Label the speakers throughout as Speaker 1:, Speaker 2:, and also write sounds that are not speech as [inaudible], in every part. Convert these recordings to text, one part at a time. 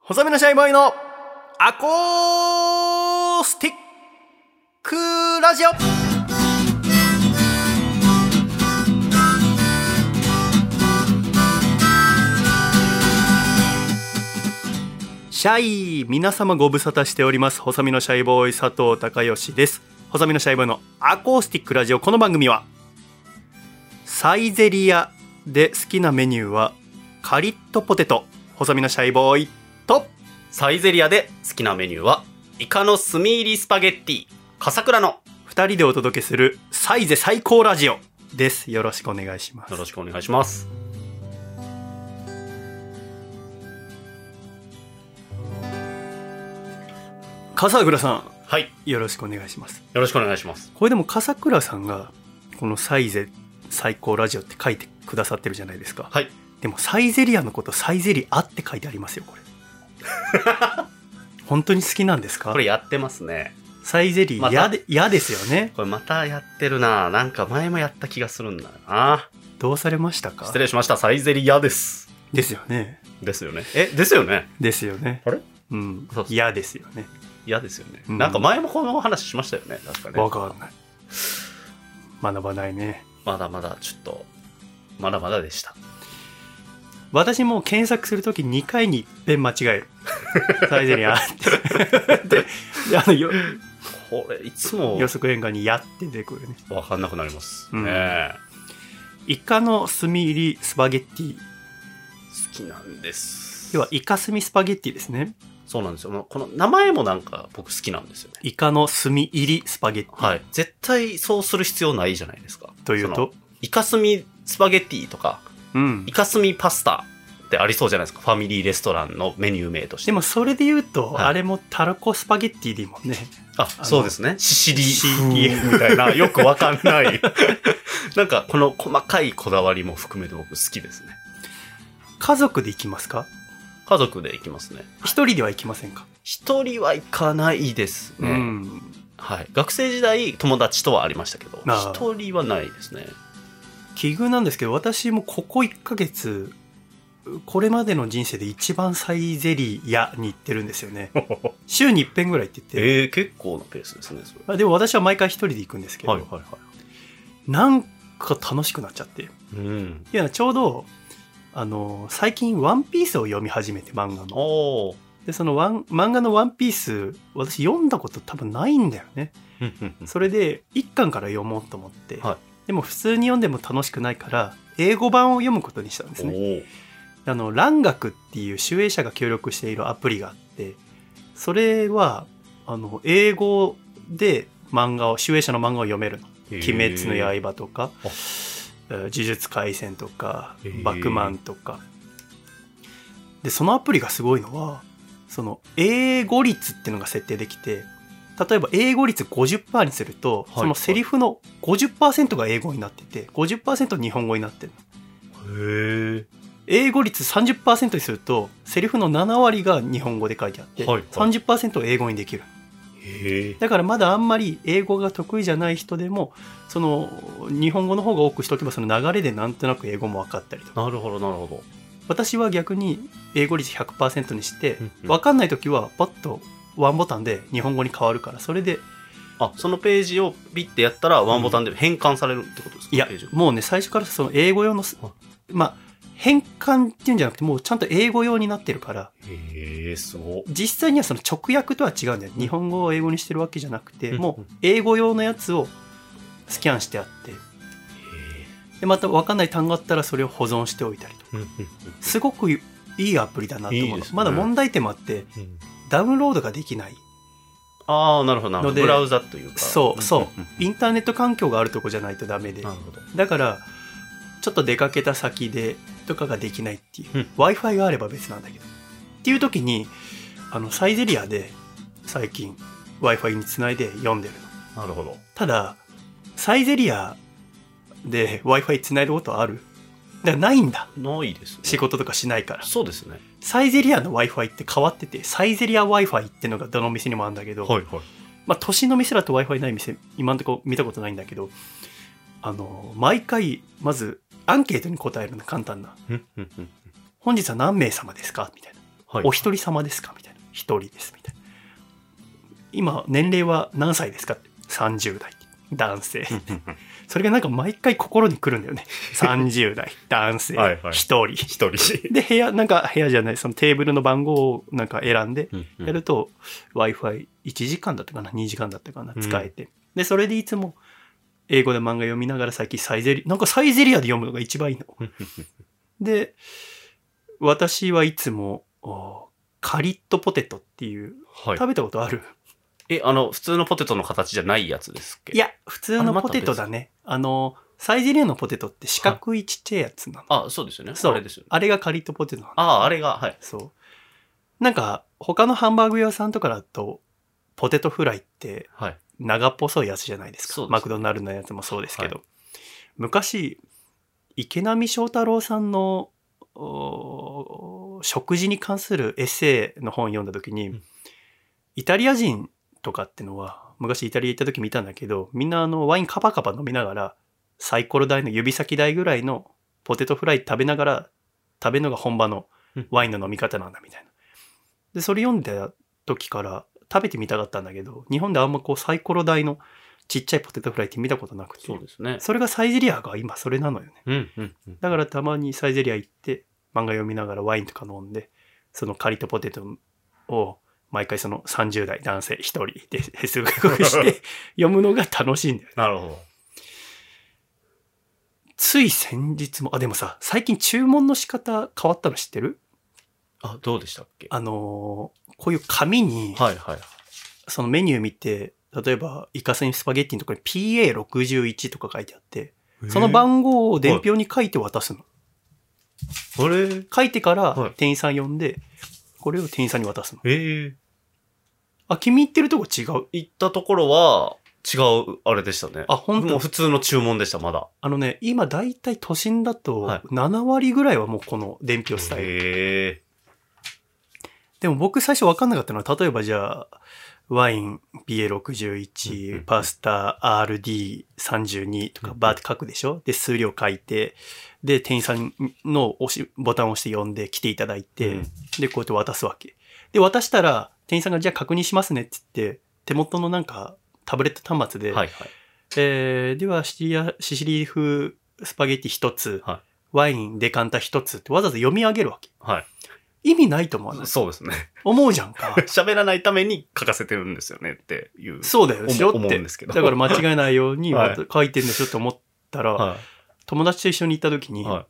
Speaker 1: 細身のシャイボーイのアコースティックラジオシャイ皆様ご無沙汰しております細身のシャイボーイ佐藤孝義です細身のシャイボーイのアコースティックラジオこの番組はサイゼリアで好きなメニューはカリッとポテト細身のシャイボーイと
Speaker 2: サイゼリアで好きなメニューは、イカの炭入りスパゲッティ、笠倉の。
Speaker 1: 2人でお届けするサイゼ最高ラジオですよろしくお願いします
Speaker 2: よろしくお願いします。
Speaker 1: 笠倉さ
Speaker 2: はい。よ
Speaker 1: んよろしくお願いします
Speaker 2: ろしくお願いします。
Speaker 1: これでも笠倉さんがこのサイゼ最高ラジオって書いてくださってるじゃないですか
Speaker 2: はい。
Speaker 1: でもサイゼリアのことサイゼリアって書いてありますよ
Speaker 2: [laughs]
Speaker 1: これ本当に好きなんですか
Speaker 2: これやってますね。
Speaker 1: サイゼリ
Speaker 2: ま
Speaker 1: ア
Speaker 2: た
Speaker 1: で嫌ですよね
Speaker 2: これまたやってるななんか前もやった気がするんだよな
Speaker 1: どうされましたか
Speaker 2: 失礼しました。サイゼリアです。
Speaker 1: ですよね
Speaker 2: ですよね。え、ですよね。
Speaker 1: ですよね
Speaker 2: あれ
Speaker 1: うん
Speaker 2: そうそう
Speaker 1: 嫌ですよね
Speaker 2: 嫌ですよね、
Speaker 1: うん
Speaker 2: なんか前もこの話しましたよね。確かね。
Speaker 1: わかんない学ばないね
Speaker 2: まだまだちょっと、まだまだでした。
Speaker 1: 私も検索するとき2回にいっぺん間違える。サイゼリアって。で、であのよ
Speaker 2: これ、いつも
Speaker 1: 予測変換にやって出てくるね。
Speaker 2: わかんなくなります。
Speaker 1: うん
Speaker 2: ねえ
Speaker 1: イカの炭入りスパゲッティ。
Speaker 2: 好きなんです。
Speaker 1: 要はイカ炭スパゲッティですね。
Speaker 2: そうなんですよ。もうこの名前もなんか僕好きなんですよね。
Speaker 1: イカの炭入りスパゲッティ。
Speaker 2: はい。絶対そうする必要ないじゃないですか。
Speaker 1: という
Speaker 2: その
Speaker 1: と、
Speaker 2: イカスミスパゲッティとか、
Speaker 1: うん
Speaker 2: イ。カスミパスタってありそうじゃないですか。ファミリーレストランのメニュー名として。
Speaker 1: でもそれで言うと、
Speaker 2: はい
Speaker 1: あれもタラコスパゲッティでいいもんね。
Speaker 2: あ、
Speaker 1: の
Speaker 2: そうですね。シシリ
Speaker 1: シ
Speaker 2: 風みた
Speaker 1: [laughs]
Speaker 2: いな、よくわかんない。なんか、この細かいこだわりも含めて僕好きですね。
Speaker 1: 家族で行きますか
Speaker 2: 家族で行きますね。
Speaker 1: 一人では行きませんか、
Speaker 2: 一人は行かないですね。
Speaker 1: うん。
Speaker 2: はい。学生時代、友達とはありましたけど、
Speaker 1: あー
Speaker 2: 一人はないですね。
Speaker 1: 奇遇なんですけど私もここ1ヶ月これまでの人生で一番サイゼリヤに行ってるんですよ
Speaker 2: [laughs]
Speaker 1: ね週に1遍ぐらいって言ってて
Speaker 2: ええ結構なペースですね、それ。
Speaker 1: まあでも私は毎回一人で行くんですけど、
Speaker 2: はいはいは
Speaker 1: なんか楽しくなっちゃってい
Speaker 2: い。うん。
Speaker 1: やちょうどあの最近「ワンピースを読み始めて漫画の
Speaker 2: おー。
Speaker 1: でそのワン漫画の「ワンピース私読んだこと多分ないんだよねそれで1巻から読もうと思って、
Speaker 2: は
Speaker 1: でも普通に読んでも楽しくないから英語版を読むことにしたんですね
Speaker 2: おー
Speaker 1: あの、蘭学っていう集英社が協力しているアプリがあって、それは、あの、英語で漫画を、集英社の漫画を読めるの。鬼滅の
Speaker 2: へー
Speaker 1: 刃とか、え
Speaker 2: あ
Speaker 1: ー呪術廻戦とか
Speaker 2: へ、ー
Speaker 1: バックマンとか。で、そのアプリがすごいのは、その、英語率っていうのが設定できて、例えば英語率50%にすると、
Speaker 2: はい
Speaker 1: そのセリフの50%が英語になってて、50%日本語になってるの。
Speaker 2: へ
Speaker 1: 英語率30%にするとセリフの7割が日本語で書いてあって、
Speaker 2: はいはい
Speaker 1: 30%を英語にできる
Speaker 2: え。へえ。
Speaker 1: だからまだあんまり英語が得意じゃない人でもその日本語の方が多くしとけばその流れでなんとなく英語も分かったりとか
Speaker 2: なるほどなるほど。
Speaker 1: 私は逆に英語率100%にして
Speaker 2: うんうん
Speaker 1: 分かんない時はパッとワンボタンで日本語に変わるからそれで
Speaker 2: あ、そのページをピッてやったらワンボタンで変換されるってことですか
Speaker 1: いや
Speaker 2: ページが
Speaker 1: もうね最初からその英語用のす
Speaker 2: は
Speaker 1: まあ変換っていうんじゃなくてもうちゃんと英語用になってるから
Speaker 2: へえ、すごっ。
Speaker 1: 実際にはその直訳とは違うんだよ日本語を英語にしてるわけじゃなくて、
Speaker 2: うん
Speaker 1: もう英語用のやつをスキャンしてあってでまた分かんない単語あったらそれを保存しておいたりと
Speaker 2: うんうん
Speaker 1: すごくいいアプリだなと思うの
Speaker 2: いいですね
Speaker 1: まだ問題点もあって
Speaker 2: うん
Speaker 1: ダウンロードができない
Speaker 2: ああ、なるほどなるほ
Speaker 1: ので
Speaker 2: ど。ブラウザというか。
Speaker 1: そうそうん
Speaker 2: んん
Speaker 1: インターネット環境があるとこじゃないとダメで
Speaker 2: なるほど。
Speaker 1: だからちょっと出かけた先でとかができないっていう
Speaker 2: うん
Speaker 1: w i f i があれば別なんだけどっていう時にあのサイゼリアで最近 w i f i につないで読んでるの
Speaker 2: なるほど。
Speaker 1: ただサイゼリアで w i f i つないだことあるだからないんだ
Speaker 2: ないですね。
Speaker 1: 仕事とかしないから
Speaker 2: そうですね。
Speaker 1: サイゼリアの w i f i って変わっててサイゼリア w i f i ってのがどの店にもあるんだけど、
Speaker 2: はいはい。
Speaker 1: まあ、都心の店だと w i f i ない店今んとこ見たことないんだけどあの毎回まずアンケートに答えるの簡単な
Speaker 2: うんうんうん
Speaker 1: 「本日は何名様ですか?」みたいな
Speaker 2: はい
Speaker 1: お一人様ですかみたいな。一人です、みたいな。今、年齢は何歳ですかって。30代。男性。それがなんか毎回心に来るんだ [laughs] よね。30代。男性
Speaker 2: はい [laughs] は。い
Speaker 1: 一人。
Speaker 2: 一人。
Speaker 1: で、部屋、なんか部屋じゃない、そのテーブルの番号をなんか選んで、
Speaker 2: [laughs]
Speaker 1: やると Wi-Fi1 時間だったかな2時間だったかな
Speaker 2: うん
Speaker 1: 使えて、でそれでいつも英語で漫画読みながら最近サイゼリなんかサイゼリアで読むのが一番いいので私はいつもおカリットポテトっていう
Speaker 2: はい。
Speaker 1: 食べたことある、
Speaker 2: え、あの、普通のポテトの形じゃないやつですっけ
Speaker 1: い、や普通のポテトだねあのサイゼリアのポテトって四角いちっちゃいやつなの
Speaker 2: あ、そうですよね。
Speaker 1: そう
Speaker 2: あれですよね。
Speaker 1: あれがカリットポテトなの
Speaker 2: ああ、あれが、はい。
Speaker 1: そうなんか他のハンバーグ屋さんとかだとポテトフライって
Speaker 2: はい。
Speaker 1: 長っぽそいやつじゃないですか
Speaker 2: そうです
Speaker 1: マクドナルドのやつもそうですけど、昔池波正太郎さんのお食事に関するエッセイの本読んだ時に、
Speaker 2: うん
Speaker 1: イタリア人とかってのは昔イタリア行った時見たんだけどみんなあのワインカパカパ飲みながらサイコロ台の指先台ぐらいのポテトフライ食べながら食べるのが本場のワインの飲み方なんだみたいな。でそれ読んだ時から食べてみたかったんだけど日本であんまこうサイコロ台のちっちゃいポテトフライって見たことなくて
Speaker 2: そうですね。
Speaker 1: それがサイゼリアが今それなのよね
Speaker 2: うん、うん、うん。
Speaker 1: だからたまにサイゼリア行って漫画読みながらワインとか飲んでそのカリとポテトを毎回その30代男性1人で数学して読むのが楽しいんだよ
Speaker 2: なるほど。
Speaker 1: つい先日もあでもさ最近注文の仕方変わったの知ってる
Speaker 2: あ、どうでしたっけ
Speaker 1: あのーこういう紙に
Speaker 2: はい、はい。
Speaker 1: そのメニュー見て例えばイカスミスパゲッティのところに PA61 とか書いてあってその番号を伝票に書いて渡すの
Speaker 2: えー。あれ
Speaker 1: 書いてから
Speaker 2: はい
Speaker 1: 店員さん呼んで、これを店員さんに渡すの。
Speaker 2: ええ
Speaker 1: あ、君言ってるとこ違う。
Speaker 2: 行ったところは、違う、あれでしたね。
Speaker 1: あ、本
Speaker 2: もう
Speaker 1: 当
Speaker 2: 普通の注文でした、まだ。
Speaker 1: あのね、今大体都心だと
Speaker 2: はい
Speaker 1: 7割ぐらいはもうこの伝票スタイル。
Speaker 2: へえ
Speaker 1: でも僕最初分かんなかったのは、例えばじゃあ、ワイン
Speaker 2: うんうんう
Speaker 1: BA61、
Speaker 2: ん
Speaker 1: パスタ RD32 とか
Speaker 2: うん
Speaker 1: バーって書くでしょで、数量書いて、で、店員さんの押しボタンを押して呼んで来ていただいて、
Speaker 2: うん
Speaker 1: で、こうやって渡すわけ。で、渡したら、店員さんがじゃあ確認しますねって言って、手元のなんかタブレット端末で、
Speaker 2: はいはい。
Speaker 1: えーではシチリア、シシリ風スパゲティ一つ、
Speaker 2: はい
Speaker 1: ワインデカンタ一つってわざわざ読み上げるわけ。
Speaker 2: はい。
Speaker 1: 意味ないと思わない
Speaker 2: そうですね。。
Speaker 1: 思うじゃんか
Speaker 2: [laughs] 喋らないために書かせてるんですよねっていう。
Speaker 1: そうだよでしょ
Speaker 2: 思う
Speaker 1: っ
Speaker 2: 思う
Speaker 1: て。
Speaker 2: んですけど
Speaker 1: だから間違えないように
Speaker 2: [laughs] はい
Speaker 1: また書いてんでしょって思ったら、
Speaker 2: は
Speaker 1: 友達と一緒に行った時に、
Speaker 2: い。は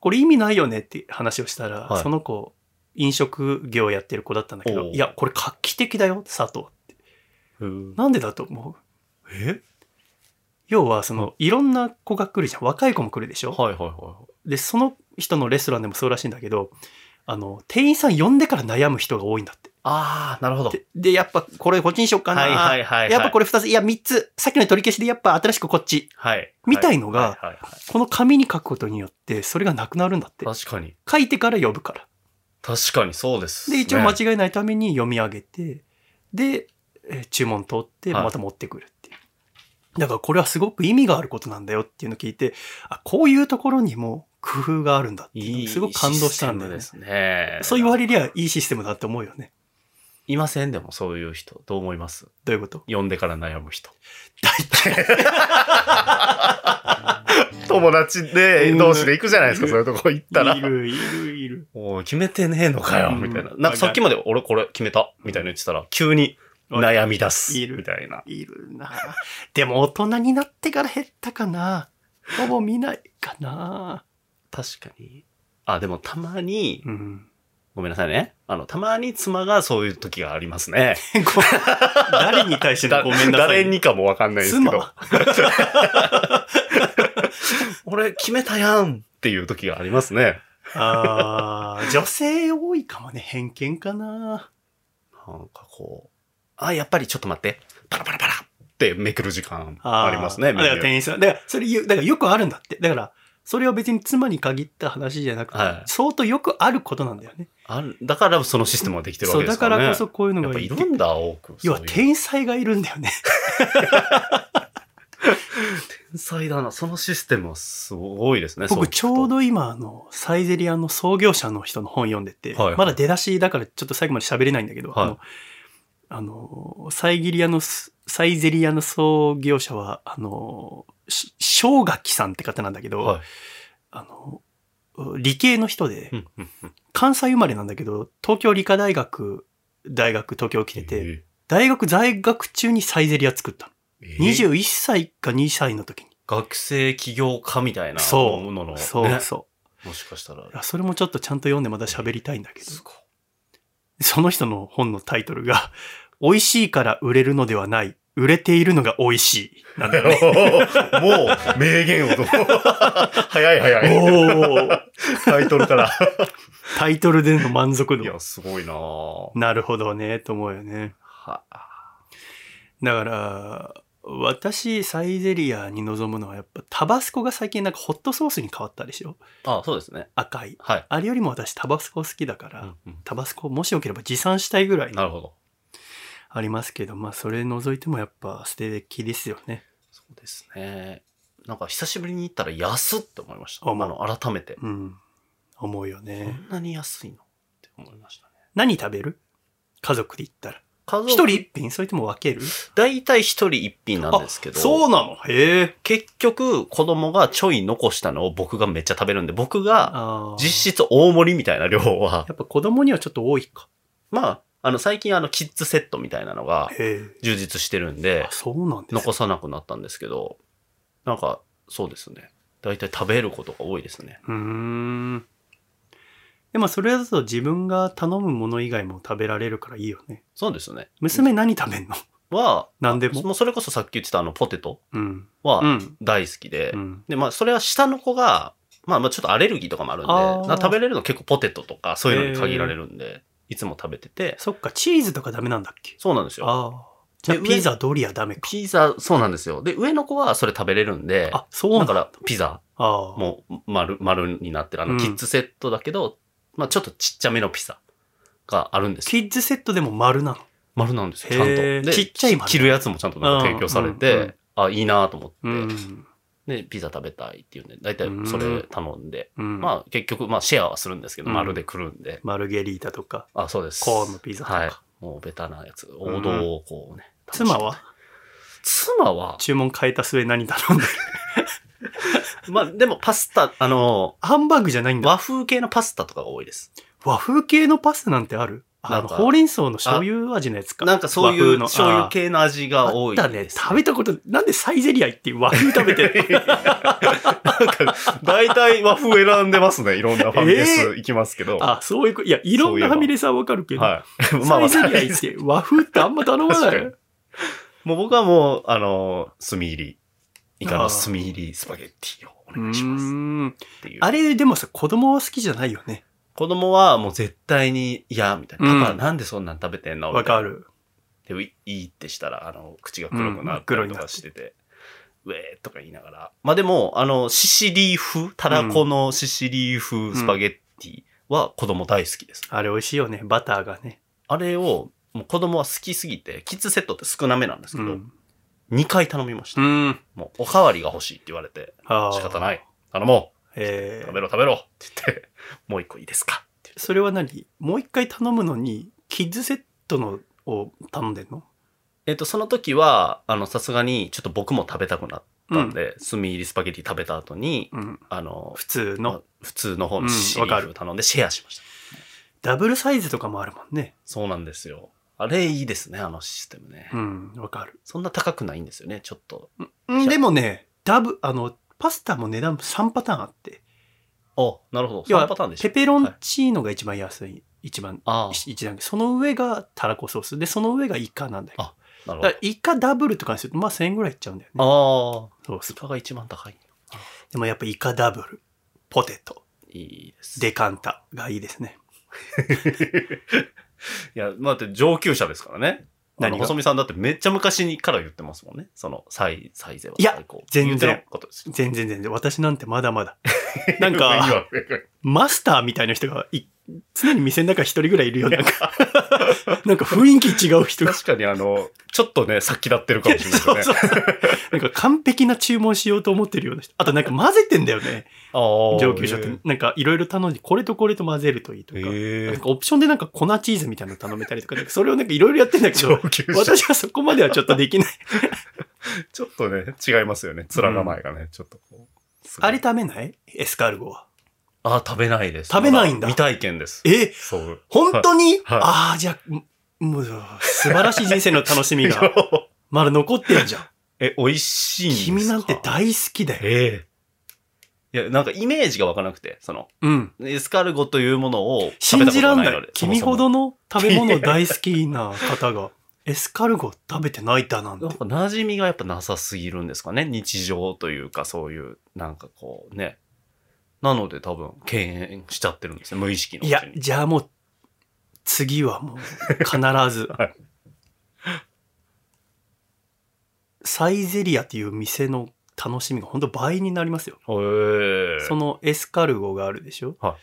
Speaker 1: これ意味ないよねって話をしたら、
Speaker 2: はい
Speaker 1: その子、飲食業やってる子だったんだけ
Speaker 2: お
Speaker 1: ど、
Speaker 2: う
Speaker 1: いや、これ画期的だよ、佐藤。
Speaker 2: い。
Speaker 1: なんでだと思う
Speaker 2: え
Speaker 1: 要は、その、いろんな子が来るじゃん。若い子も来るでしょ
Speaker 2: はいはいは
Speaker 1: でその人のレストランでもそうらしいんだけどあの店員さん呼んでから悩む人が多いんだって
Speaker 2: い。ああ、なるほど。
Speaker 1: ででやっぱこれこっちにしよっかな、
Speaker 2: はいはいはいはい。
Speaker 1: やっぱこれ2ついや3つさっきの取り消しでやっぱ新しくこっち
Speaker 2: はい。
Speaker 1: みたいのが
Speaker 2: はいはいはい
Speaker 1: この紙に書くことによってそれがなくなるんだって
Speaker 2: 確かに。
Speaker 1: 書いてから呼ぶから
Speaker 2: 確かにそうですね。
Speaker 1: で一応間違えないために読み上げて、でえー注文通って
Speaker 2: はい
Speaker 1: また持ってくるっていう、だからこれはすごく意味があることなんだよっていうのを聞いてあこういうところにも工夫があるんだっていうの
Speaker 2: い
Speaker 1: に
Speaker 2: い
Speaker 1: すごく感動したんだよね
Speaker 2: システムですね。
Speaker 1: そう言われりゃいいシステムだって思うよね。
Speaker 2: いませんでもそういう人。どう思います
Speaker 1: どういうこ
Speaker 2: [laughs]
Speaker 1: と
Speaker 2: 呼んでから悩む人。
Speaker 1: 大体。
Speaker 2: 友達で
Speaker 1: うん
Speaker 2: 同士で行くじゃないですか、
Speaker 1: い
Speaker 2: そういうとこ行ったら
Speaker 1: い。る、いる、いる。
Speaker 2: おい決めてねえのかよ、
Speaker 1: うん
Speaker 2: みたいな。なんかさっきまで俺これ決めた、みたいな言ってたら、急に悩み出す。
Speaker 1: いる
Speaker 2: みたいな。
Speaker 1: いるな。でも大人になってから減ったかな。ほぼ見ないかな。
Speaker 2: 確かに。あ、でもたまに、
Speaker 1: うん。
Speaker 2: ごめんなさいね。あの、たまに妻がそういう時がありますね。
Speaker 1: ごめん [laughs] 誰に対しての
Speaker 2: だ
Speaker 1: ごめんなさい。
Speaker 2: 誰にかもわかんないですけど
Speaker 1: 妻。
Speaker 2: 俺決めたやんっていう時がありますね。
Speaker 1: あー女性多いかもね。偏見かな。
Speaker 2: なんかこう、あ、やっぱりちょっと待って、パラパラパラってめくる時間ありますね、
Speaker 1: ーだから
Speaker 2: メニュー
Speaker 1: 店員さん。だから、それ言う、だからよくあるんだって。だから、それは別に妻に限った話じゃなくて、
Speaker 2: はい
Speaker 1: 相当よくあることなんだよね。
Speaker 2: あるだからそのシステムができてるわ
Speaker 1: そ
Speaker 2: け
Speaker 1: う、
Speaker 2: で
Speaker 1: だ
Speaker 2: す
Speaker 1: か
Speaker 2: からね。
Speaker 1: らこそこういうの
Speaker 2: やっ
Speaker 1: が
Speaker 2: ぱ
Speaker 1: い
Speaker 2: い
Speaker 1: いって
Speaker 2: るんだ、多く。
Speaker 1: 要は
Speaker 2: そういう
Speaker 1: 天才がいるんだよね。
Speaker 2: 天才だな。そのシステムはすごいですね。
Speaker 1: 僕ちょう
Speaker 2: ど。
Speaker 1: ど今、あの、サイゼリアの創業者の人の本読んでて、
Speaker 2: はいはい
Speaker 1: まだ出だしだからちょっと最後まで喋れないんだけど、
Speaker 2: はい
Speaker 1: あの、あのサイギリアのす、サイゼリアの創業者は、あの、し正垣さんって方なんだけど、
Speaker 2: はい。
Speaker 1: あの、理系の人で、
Speaker 2: うんうんうん
Speaker 1: 関西生まれなんだけど、東京理科大学、大学東京来てて、
Speaker 2: え
Speaker 1: 大学在学中にサイゼリア作ったの。
Speaker 2: ーえー
Speaker 1: 21歳か2歳の時に。
Speaker 2: 学生起業家みたいな
Speaker 1: そう
Speaker 2: ものの、ね、
Speaker 1: そうそ
Speaker 2: もしかしたら
Speaker 1: う。い。やそれもちょっとちゃんと読んでまた喋りたいんだけど。
Speaker 2: すごい。
Speaker 1: その人の本のタイトルが、 [laughs] 美味しいから売れるのではない、売れているのが美味しい。なんだよね。
Speaker 2: もう、名言をどう [laughs] 早い早い。
Speaker 1: おー
Speaker 2: タイトル [laughs] から。
Speaker 1: [laughs] タイトルでの満足
Speaker 2: い
Speaker 1: 度
Speaker 2: や、。すごいなぁ
Speaker 1: なるほどね、と思うよね。
Speaker 2: は
Speaker 1: だから、私、サイゼリアに望むのはやっぱタバスコが最近なんかホットソースに変わったでしょ
Speaker 2: あ、そうですね。
Speaker 1: 赤い。
Speaker 2: はい。
Speaker 1: あれよりも私タバスコ好きだから、
Speaker 2: うんうん
Speaker 1: タバスコもしよければ持参したいぐらい
Speaker 2: なるほど。
Speaker 1: ありますけど、まあそれ除いてもやっぱ素敵ですよね。
Speaker 2: そうですね。なんか、久しぶりに行ったら安って思いました。
Speaker 1: あ
Speaker 2: あ
Speaker 1: まあ
Speaker 2: の、改めて。
Speaker 1: うん。思うよ
Speaker 2: こ
Speaker 1: ね。
Speaker 2: んなに安いのって思いましたね。
Speaker 1: 何食べる家族で行ったら。
Speaker 2: 家族
Speaker 1: 一人一品それとも分ける
Speaker 2: 大体一人一品なんですけど。
Speaker 1: うなのへえ。
Speaker 2: 結局、子供がちょい残したのを僕がめっちゃ食べるんで、僕が
Speaker 1: あー
Speaker 2: 実質大盛りみたいな量は、
Speaker 1: やっぱ子供にはちょっと多いか。
Speaker 2: まあ、あの、最近あの、キッズセットみたいなのが
Speaker 1: へ
Speaker 2: 充実してるん
Speaker 1: え
Speaker 2: で。、
Speaker 1: そうなんです
Speaker 2: 残さなくなったんですけど、なんか、そうですね。大体食べることが多いですね。
Speaker 1: うーん。でもそれだと自分が頼むもの以外も食べられるからいいよね。
Speaker 2: そうですね。
Speaker 1: 娘何食べんの
Speaker 2: は、
Speaker 1: 何でも。
Speaker 2: もうそれこそさっき言ってたあの、ポテト
Speaker 1: うん。う
Speaker 2: は
Speaker 1: ん。
Speaker 2: 大好きで、
Speaker 1: うん。
Speaker 2: で、まあ、それは下の子が、まあ、まあ、ちょっとアレルギーとかもあるんで、
Speaker 1: あー
Speaker 2: なんか食べれるの結構ポテトとか、そういうのに限られるんで、いつも食べてて、
Speaker 1: そっか、チーズとかダメなんだっけ
Speaker 2: そうなんですよ。
Speaker 1: ああ。じゃあ
Speaker 2: で上
Speaker 1: ピザ、ドリアダメか。
Speaker 2: ピザ、そうなんですよ。で、上の子はそれ食べれるんで、
Speaker 1: あ、そうな
Speaker 2: だ
Speaker 1: んだ。
Speaker 2: から、ピザ
Speaker 1: ああ。
Speaker 2: もう丸、丸になってる、あ
Speaker 1: うん
Speaker 2: の、キッズセットだけど、まあ、ちょっとちっちゃめのピザがあるんですよ
Speaker 1: キッズセットでも丸なの。
Speaker 2: 丸なんですよ、
Speaker 1: へ
Speaker 2: ちゃんと。
Speaker 1: ー
Speaker 2: で、
Speaker 1: ちっちゃい丸
Speaker 2: 切るやつもちゃんとなんか提供され
Speaker 1: うんうんうん
Speaker 2: て、あ、いいなと思って、
Speaker 1: うん。
Speaker 2: で、ピザ食べたいっていうんで、だいたいそれ頼んで、
Speaker 1: うん。あ、
Speaker 2: まあ結局、まあシェアはするんですけど、
Speaker 1: うん
Speaker 2: 丸で来るんで、
Speaker 1: マルゲリータとか、
Speaker 2: あ、そうです。
Speaker 1: コーンのピザとか。
Speaker 2: はい。もうベタなやつ、王道をこうね。
Speaker 1: 妻は
Speaker 2: 妻は、
Speaker 1: 注文変えた末何頼んだ
Speaker 2: まあでもパスタ、あの、
Speaker 1: ハンバーグじゃないんだ。
Speaker 2: 和風系のパスタとかが多いです。
Speaker 1: 和風系のパスタなんてあるあ
Speaker 2: なん
Speaker 1: の、
Speaker 2: か
Speaker 1: ほうれん草の醤油味のやつか。
Speaker 2: なんかそうい
Speaker 1: 和風
Speaker 2: う
Speaker 1: の
Speaker 2: 醤油系の味が多い
Speaker 1: あった
Speaker 2: で
Speaker 1: ね。
Speaker 2: す。
Speaker 1: 食べたこと、なんでサイゼリア行って和風食べてる
Speaker 2: [laughs] 大体和風選んでますね。いろんなファミレス行きますけど。
Speaker 1: あ、そういうこと。いや、いろんなファミレスはわかるけど、
Speaker 2: はい。
Speaker 1: サイゼリア行って和風ってあんま頼まな
Speaker 2: 確か
Speaker 1: い
Speaker 2: に。もう僕はもう、あの、炭入り。イカ
Speaker 1: あ
Speaker 2: の
Speaker 1: あ
Speaker 2: 炭入りスパゲッティをお
Speaker 1: う
Speaker 2: 願いします。
Speaker 1: ーん
Speaker 2: っていう。
Speaker 1: あれ、でもさ、子供は好きじゃないよね。
Speaker 2: 子供はもう絶対に、いや、みたいな。
Speaker 1: うん
Speaker 2: パパ、なんでそんなん食べてんの
Speaker 1: わか
Speaker 2: る。
Speaker 1: る。
Speaker 2: で、いいってしたら、あの、口が黒く
Speaker 1: う
Speaker 2: な
Speaker 1: ん
Speaker 2: った
Speaker 1: 黒
Speaker 2: り
Speaker 1: に
Speaker 2: と
Speaker 1: なって
Speaker 2: かしてて。ウェーとか言いながら。まあでも、あの、シシリー風、たらこのシシリー風スパゲッティは子供大好きです。
Speaker 1: あれ美味しいよね。バターがね。
Speaker 2: あれを、もう子供は好きすぎて、キッズセットって少なめなんです
Speaker 1: う
Speaker 2: けど、
Speaker 1: ん。
Speaker 2: 2回頼みました。
Speaker 1: うん。
Speaker 2: もう、おかわりが欲しいって言われて、
Speaker 1: あー
Speaker 2: 仕方ない。頼もう。
Speaker 1: え
Speaker 2: 食べ
Speaker 1: ー、
Speaker 2: ろ食べろって言って、 [laughs] もう一個いいですかって
Speaker 1: それは何もう一回頼むのに、キッズセットのを頼んでんの
Speaker 2: えっと、その時は、あの、さすがに、ちょっと僕も食べたくなったんで、炭入りスパゲティ食べた後に、
Speaker 1: うん。
Speaker 2: あの、
Speaker 1: 普通
Speaker 2: ま
Speaker 1: の
Speaker 2: あ。普通の方
Speaker 1: うん
Speaker 2: のシリ
Speaker 1: わか
Speaker 2: ー
Speaker 1: る
Speaker 2: フ頼んでシェアしました。
Speaker 1: ダブルサイズとかもあるもんね。
Speaker 2: そうなんですよ。あれいいですね、あのシステムね。
Speaker 1: うん、わかる。
Speaker 2: そんな高くないんですよね、ちょっと。
Speaker 1: うんでもね、ダブ、あの、パスタも値段3パターンあって。
Speaker 2: あ、なるほど。
Speaker 1: 要は
Speaker 2: 3パターンでし
Speaker 1: ペ
Speaker 2: た。
Speaker 1: ペロンチーノが一番安い、一番、
Speaker 2: あ
Speaker 1: 一段階。その上がたらこソース。で、その上がイカなんだよ。
Speaker 2: ああ、
Speaker 1: だ
Speaker 2: なるほ
Speaker 1: か
Speaker 2: ど
Speaker 1: ら。イカダブルとかにすると、まあ1000円ぐらいいっちゃうんだよね。
Speaker 2: ああ、
Speaker 1: そう
Speaker 2: ス
Speaker 1: そう
Speaker 2: パが一番高い。
Speaker 1: でもやっぱイカダブル、ポテト、
Speaker 2: いいです。
Speaker 1: デカンタがいいですね。
Speaker 2: いや、まあだって上級者ですからね。あ
Speaker 1: 何
Speaker 2: の
Speaker 1: が
Speaker 2: 細見さんだってめっちゃ昔にから言ってますもんね。その、サイ、サイゼはい
Speaker 1: や
Speaker 2: 最高
Speaker 1: 全然
Speaker 2: 言ってなかったですよ
Speaker 1: 全然全然。私なんてまだ
Speaker 2: [laughs]
Speaker 1: まだ。なんか、マスターみたいな人がい常に店の中一人ぐらいいるような。なんかなんか雰囲気違う人が。
Speaker 2: 確かにあの、ちょっとね、先立ってるかもしれないです [laughs]
Speaker 1: [laughs] そう
Speaker 2: ね。
Speaker 1: そうなんか完璧な注文しようと思ってるような人。あとなんか混ぜてんだよね。
Speaker 2: ああ
Speaker 1: 上級者って。なんかいろいろ頼んで、これとこれと混ぜるといいと
Speaker 2: え
Speaker 1: か。
Speaker 2: ー
Speaker 1: なんかオプションでなんか粉チーズみたいなの頼めたりとか、なんかそれをなんかいろいろやってんだけど、
Speaker 2: 上級者。
Speaker 1: [laughs] 私はそこまではちょっとできない。
Speaker 2: ちょっとね、違いますよね。面構えがね、ちょっとこう。すごい
Speaker 1: あれ食べないエスカルゴは。
Speaker 2: あ、食べないです。
Speaker 1: 食べないんだ
Speaker 2: ま未体験です。
Speaker 1: え、
Speaker 2: そう。
Speaker 1: 本当に、
Speaker 2: はい
Speaker 1: ああ、じゃあ、ももう、素晴らしい人生の楽しみ
Speaker 2: [laughs]
Speaker 1: が、まだ残ってるじゃん。
Speaker 2: え、美味しいんですか
Speaker 1: 君なんて大好きだよ。
Speaker 2: ええいや、なんかイメージがわからなくて、その、
Speaker 1: うん。
Speaker 2: エスカルゴというものを食べ
Speaker 1: 信
Speaker 2: たこ
Speaker 1: じ
Speaker 2: とが
Speaker 1: らん
Speaker 2: ない
Speaker 1: な
Speaker 2: の
Speaker 1: い
Speaker 2: で。。
Speaker 1: 君
Speaker 2: そも
Speaker 1: ほ
Speaker 2: そも
Speaker 1: どの食べ物大好きな方
Speaker 2: [laughs]
Speaker 1: が、エスカルゴ食べてないだなんて。
Speaker 2: なんか馴染みがやっぱなさすぎるんですかね。日常というか、そういう、なんかこうね。なので多分、敬遠しちゃってるんですね。無意識のう
Speaker 1: い
Speaker 2: ち
Speaker 1: や、
Speaker 2: に。
Speaker 1: じゃあもう、次はもう、必ず
Speaker 2: [laughs] はい。
Speaker 1: サイゼリアっていう店の楽しみが本当倍になりますよ。
Speaker 2: へえ
Speaker 1: そのエスカルゴがあるでしょ、
Speaker 2: は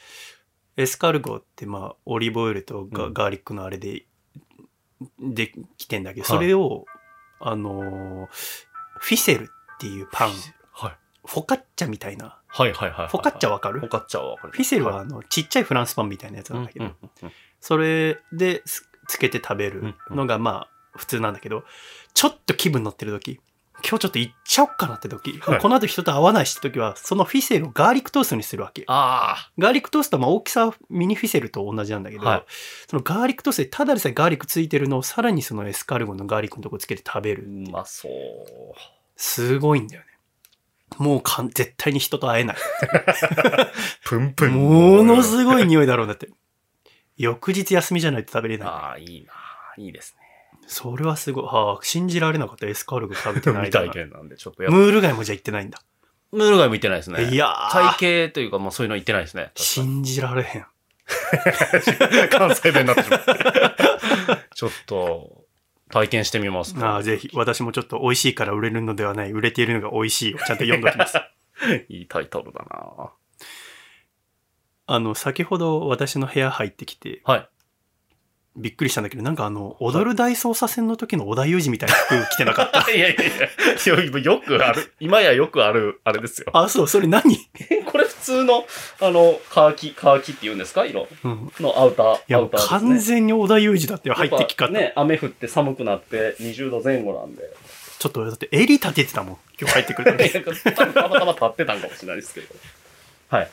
Speaker 1: エスカルゴってまあオリーブオイルとガ,、
Speaker 2: うん
Speaker 1: ガーリックのあれでできてんだけど
Speaker 2: はい
Speaker 1: それを、あのーフィセルっていうパン
Speaker 2: はい。
Speaker 1: フォカッチャみたいな
Speaker 2: はいはいはいはい。
Speaker 1: フォカッチャわかる
Speaker 2: フォカッチャはわかる。
Speaker 1: フィセルは
Speaker 2: は
Speaker 1: あ
Speaker 2: い
Speaker 1: のちっちゃいフランスパンみたいなやつなんだけど、
Speaker 2: うんうんうんうん
Speaker 1: それですつけて食べるのがまあ普通なんだけどちょっと気分乗ってる時今日ちょっと行っちゃおっかなって時、
Speaker 2: はい
Speaker 1: この後人と会わないしって時はそのフィセルをガーリックトーストにするわけ
Speaker 2: あ
Speaker 1: ガーリックトーストはまあ大きさはミニフィセルと同じなんだけど、
Speaker 2: はい
Speaker 1: そのガーリックトーストでただでさえガーリックついてるのをさらにそのエスカルゴのガーリックのとこつけて食べ
Speaker 2: あ、う
Speaker 1: る。
Speaker 2: まそう。
Speaker 1: すごいんだよね。もうかん絶対に人と会えない。
Speaker 2: プンプン。
Speaker 1: ものすごい匂いだろうなって。翌日休みじゃないと食べれない。
Speaker 2: ああ、いいな。いいですね。
Speaker 1: それはすごい。ああ、信じられなかった。エスカルゴ食べてない
Speaker 2: 未
Speaker 1: だ
Speaker 2: 体
Speaker 1: な。
Speaker 2: 験なんで、ちょっとやっぱ
Speaker 1: ムール貝もじゃ行ってないんだ。
Speaker 2: ムール貝向いてないですね。
Speaker 1: いや
Speaker 2: 会
Speaker 1: ー、
Speaker 2: 計というか、まあそういうの言ってないですね。
Speaker 1: 信じられへん。
Speaker 2: 関西弁になってしまう。ちょっと、体験してみます
Speaker 1: ああ、ぜひ、私もちょっと美味しいから売れるのではない。売れているのが美味しいをちゃんと読んどき
Speaker 2: [laughs]
Speaker 1: ます。
Speaker 2: いいタイトルだな
Speaker 1: あの、先ほど私の部屋入ってきて、
Speaker 2: はい。
Speaker 1: びっくりしたんだけど、なんかあの、踊る大捜査線の時の織田裕二みたいな服着てな
Speaker 2: [laughs]
Speaker 1: かった。
Speaker 2: いやいやいや、よよくある、今やよくある、あれですよ。
Speaker 1: あ、そう、それ何
Speaker 2: これ普通の、あの、カーキ、カーキって言うんですか色
Speaker 1: うん。い
Speaker 2: のアウター。
Speaker 1: や、
Speaker 2: ア
Speaker 1: もう
Speaker 2: ウターですね
Speaker 1: 完全に織田裕二だってよ入ってき
Speaker 2: や
Speaker 1: 方。
Speaker 2: ぱね、雨降って寒くなって20度前後なん [laughs] で。
Speaker 1: ちょっと、だって襟立ててたもん。今日入ってくる時。
Speaker 2: たまたま立ってたんかもしれないですけど。はい。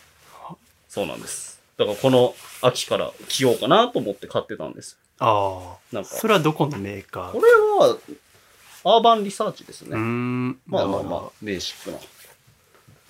Speaker 2: そうなんです。だからこの秋から着ようかなと思って買ってたんです。
Speaker 1: あ
Speaker 2: なん
Speaker 1: あ。
Speaker 2: か
Speaker 1: それはどこのメーカ
Speaker 2: こ
Speaker 1: ー
Speaker 2: れは、アーバンリサーチです
Speaker 1: うー
Speaker 2: ね。
Speaker 1: ん。
Speaker 2: まあまあ
Speaker 1: なる
Speaker 2: まあ
Speaker 1: ほ、
Speaker 2: ベーシックな。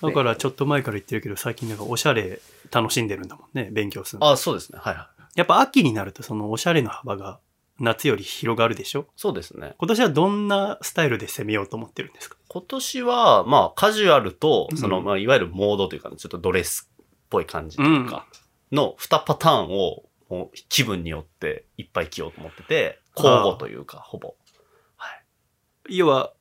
Speaker 1: どだから、ちょっと前から言ってるけど、最近なんかおしゃれ楽しんでるんだもんね。勉強するの。
Speaker 2: あそうですね。はいはい。
Speaker 1: やっぱ秋になると、そのおしゃれの幅が夏より広がるでしょ
Speaker 2: そうですね。
Speaker 1: 今年はどんなスタイルで攻めようと思ってるんですか
Speaker 2: 今年は、まあ、カジュアルと
Speaker 1: う、ん
Speaker 2: その、まあ、いわゆるモードというか、ちょっとドレスっぽい感じというか、の2パターンを、もう気分によっていっぱい着ようと思ってて、交互というか、ほぼ。
Speaker 1: 要は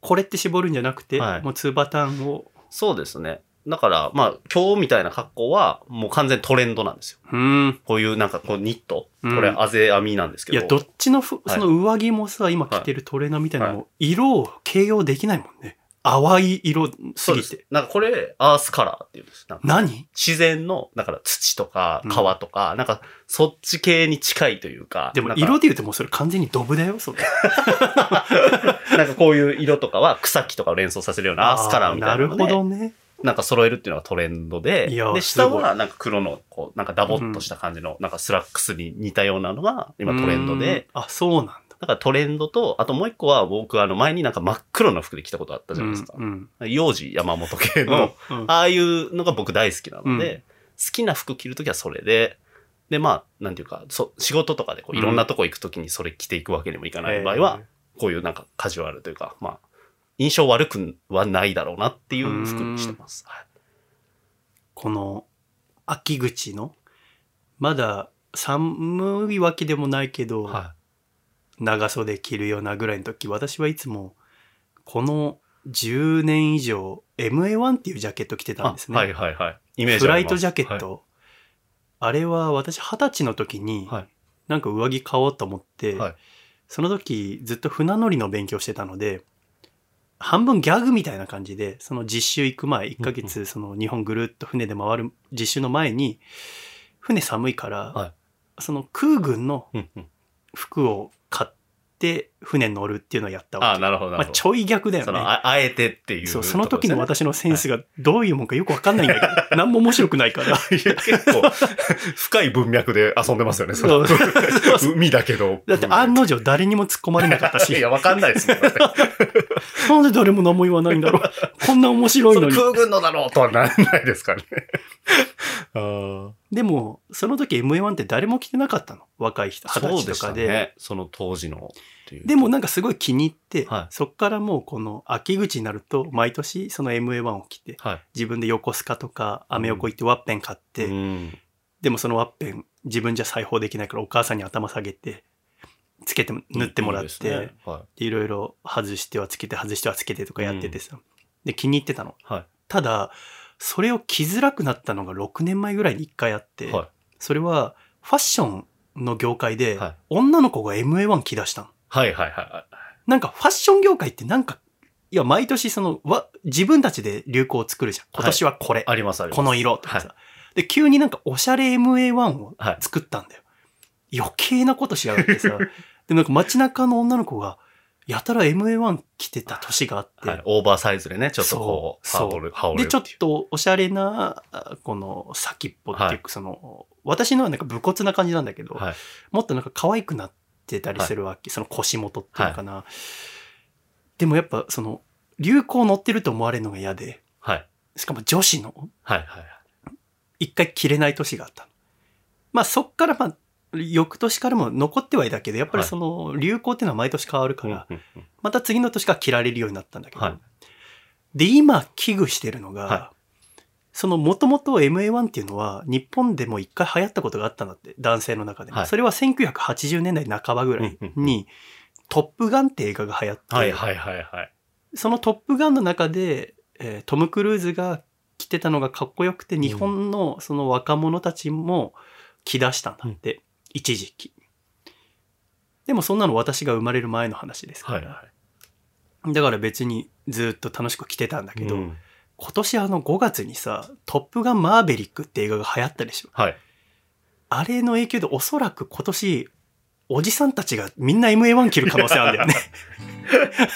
Speaker 1: これって絞るんじゃなくて、
Speaker 2: はい
Speaker 1: もう2パターンを
Speaker 2: そうですね。だから、まあ、今日みたいな格好は、もう完全トレンドなんですよ。
Speaker 1: うん
Speaker 2: こういうなんかこうニット。
Speaker 1: うん
Speaker 2: これ、あぜ編みなんですけ
Speaker 1: い
Speaker 2: ど。
Speaker 1: やどっちのふ
Speaker 2: い
Speaker 1: その上着もさ、今着てるトレーナーみたいなのも色を形容できないもんね淡い色す
Speaker 2: そうで
Speaker 1: ぎ
Speaker 2: す
Speaker 1: て
Speaker 2: なんかこれ、アースカラーっていうんです。なんか
Speaker 1: 何
Speaker 2: 自然の、だから土とか
Speaker 1: うん
Speaker 2: 川とか、なんかそっち系に近いというか。
Speaker 1: でも
Speaker 2: なんか
Speaker 1: 色で言うともうそれ完全にドブだよそれ
Speaker 2: [laughs] なんかこういう色とかは草木とかを連想させるようなアースカラーみたいな
Speaker 1: あ
Speaker 2: の
Speaker 1: ー
Speaker 2: で。
Speaker 1: なるほどね
Speaker 2: なんか揃えるっていうのがトレンドで。
Speaker 1: いや
Speaker 2: で、
Speaker 1: す
Speaker 2: 下
Speaker 1: ごい
Speaker 2: はなんか黒の、こう、なんかダボっとした感じの、なんかスラックスに似たようなのが今トレンドで。
Speaker 1: うんあそうなんだ
Speaker 2: だからトレンドと、あともう一個は僕、あの、前になんか真っ黒の服で着たことあったじゃないですか。
Speaker 1: うん
Speaker 2: 幼児山本系
Speaker 1: うん
Speaker 2: の、
Speaker 1: うん
Speaker 2: ああいうのが僕大好きなので、
Speaker 1: うん
Speaker 2: 好きな服着るときはそれで、で、まあ、なんていうか、そ仕事とかでこういろんなとこ行くときにそれ着ていくわけにもいかない場合は、こういうなんかカジュアルというか、まあ、印象悪くはないだろうなっていう服にしてます。はい
Speaker 1: この秋口のまだ寒いわけでもないけど、
Speaker 2: は
Speaker 1: 長袖着るようなぐらいの時私はいつもこの10年以上 MA1 っていうジャケット着て
Speaker 2: い。
Speaker 1: たんですね、
Speaker 2: あはいはいはい。イメージ
Speaker 1: フ
Speaker 2: あ
Speaker 1: ラ
Speaker 2: り
Speaker 1: イ
Speaker 2: ます
Speaker 1: トジャケット、あれは私二十歳の時に、
Speaker 2: はい
Speaker 1: なんか上着買おうと思って、
Speaker 2: はい
Speaker 1: その時ずっと船乗りの勉強してたので、半分ギャグみたいな感じで、その実習行く前、1ヶ月、その日本ぐるっと船で回る実習の前に、船寒いから、
Speaker 2: は
Speaker 1: その空軍の
Speaker 2: うんうん
Speaker 1: 服を買って船に乗るっていうのをやった
Speaker 2: あ
Speaker 1: わ
Speaker 2: あ、
Speaker 1: け。
Speaker 2: なるほど、な
Speaker 1: まあ
Speaker 2: るほど。
Speaker 1: ちょい逆だよ
Speaker 2: そ
Speaker 1: ね。
Speaker 2: のあ、あえてっていう。
Speaker 1: そう、その時の
Speaker 2: とこ
Speaker 1: 私のセンスがどういうもんかよくわかんないんだ
Speaker 2: [laughs]
Speaker 1: けど、何も面白くないから。
Speaker 2: ですね [laughs] 結構、深い文脈で遊んでますよね、そ
Speaker 1: そ
Speaker 2: の
Speaker 1: うそうそう
Speaker 2: [laughs] 海だけど。
Speaker 1: だって案の定誰にも突っ込まれなかったし
Speaker 2: い、や、わかんないですもん。
Speaker 1: なんで誰も何も言わないん
Speaker 2: [laughs]
Speaker 1: だろう。こんな面白い
Speaker 2: そ
Speaker 1: の
Speaker 2: れ
Speaker 1: に。
Speaker 2: 空軍のだろうとはならないで
Speaker 1: [laughs]
Speaker 2: すかね。あ
Speaker 1: でも、その時 M1 って誰も来てなかったの。若い人、
Speaker 2: あ、
Speaker 1: 二
Speaker 2: そう
Speaker 1: 十歳
Speaker 2: で
Speaker 1: と
Speaker 2: し
Speaker 1: か
Speaker 2: た
Speaker 1: で。
Speaker 2: ね。その当時のっていう。
Speaker 1: でもなんかすごい気に入って、
Speaker 2: はい
Speaker 1: そっからもうこの秋口になると、毎年その MA1 を着て、
Speaker 2: はい。
Speaker 1: 自分で横須賀とかアメ横行ってワッペン買って、
Speaker 2: うん
Speaker 1: でもそのワッペン自分じゃ裁縫できないからお母さんに頭下げて、つけても、塗ってもらっ
Speaker 2: いいです
Speaker 1: て
Speaker 2: ね、はい
Speaker 1: ろいろ外してはつけて、外してはつけてとかやっててさ。で、気に入ってたの。
Speaker 2: い。は
Speaker 1: ただ、それを着づらくなったのが6年前ぐらいに1回あっ
Speaker 2: い。
Speaker 1: て、
Speaker 2: は
Speaker 1: それはファッションの業界
Speaker 2: い。
Speaker 1: で、
Speaker 2: はい。
Speaker 1: 女の子が MA1 着出したの。
Speaker 2: はい。はい。は
Speaker 1: なんかファッション業界ってなんか、いや、毎年その、わ、自分たちで流行を作るじゃん。今年はこれ
Speaker 2: い。、あります、あります。
Speaker 1: この色とかさ、で、急になんかおしゃれ MA1 を
Speaker 2: はい
Speaker 1: 作ったんだよ。余計なことしやがって
Speaker 2: [laughs]
Speaker 1: さ。で、なんか街中の女の子が、やたら MA1 着てた年があって、
Speaker 2: はい。オーバーサイズでね、ちょっとこう、
Speaker 1: そ
Speaker 2: 羽
Speaker 1: う
Speaker 2: 織る、羽織
Speaker 1: で、
Speaker 2: る
Speaker 1: ちょ
Speaker 2: て
Speaker 1: っとおしゃれな、あこの先っぽっていうか、
Speaker 2: はい
Speaker 1: その、私のはなんか武骨な感じなんだけど、
Speaker 2: はい。
Speaker 1: もっとなんか可愛くなってたりするわけ、その腰元っていうのかな、でもやっぱその流行乗ってると思われるのが嫌で
Speaker 2: はい。
Speaker 1: しかも女子の
Speaker 2: はい。はい。
Speaker 1: 一回着れない年があったのまあそっからまあ翌年からも残ってはいたけどやっぱり
Speaker 2: はい
Speaker 1: その流行っていうのは毎年変わるから、
Speaker 2: うんうんうん
Speaker 1: また次の年から着られるようになったんだけど、
Speaker 2: はい
Speaker 1: で今危惧してるのが、
Speaker 2: は
Speaker 1: そのもともと MA1 っていうのは日本でも一回流行ったことがあったんだって男性の中でも、
Speaker 2: はい
Speaker 1: それは1980年代半ばぐらい
Speaker 2: うんうんう
Speaker 1: に「トップガン」って映画が流行って、
Speaker 2: はい。はい。はい。はい。
Speaker 1: その「トップガン」の中で、えートム・クルーズが着てたのがかっこよくて日本のその若者たちも着出したんだって、一時期でもそんなの私が生まれる前の話ですから、
Speaker 2: はい。は
Speaker 1: だから別にずっと楽しく着てたんだ
Speaker 2: い。
Speaker 1: けど、
Speaker 2: うん
Speaker 1: 今年あの5月にさ「トップガンマーベリック」って映画が流行ったでしょ
Speaker 2: はい。
Speaker 1: あれの影響でおそらく今年おじさんたちがみんな MA1 着る可能性あるんだよね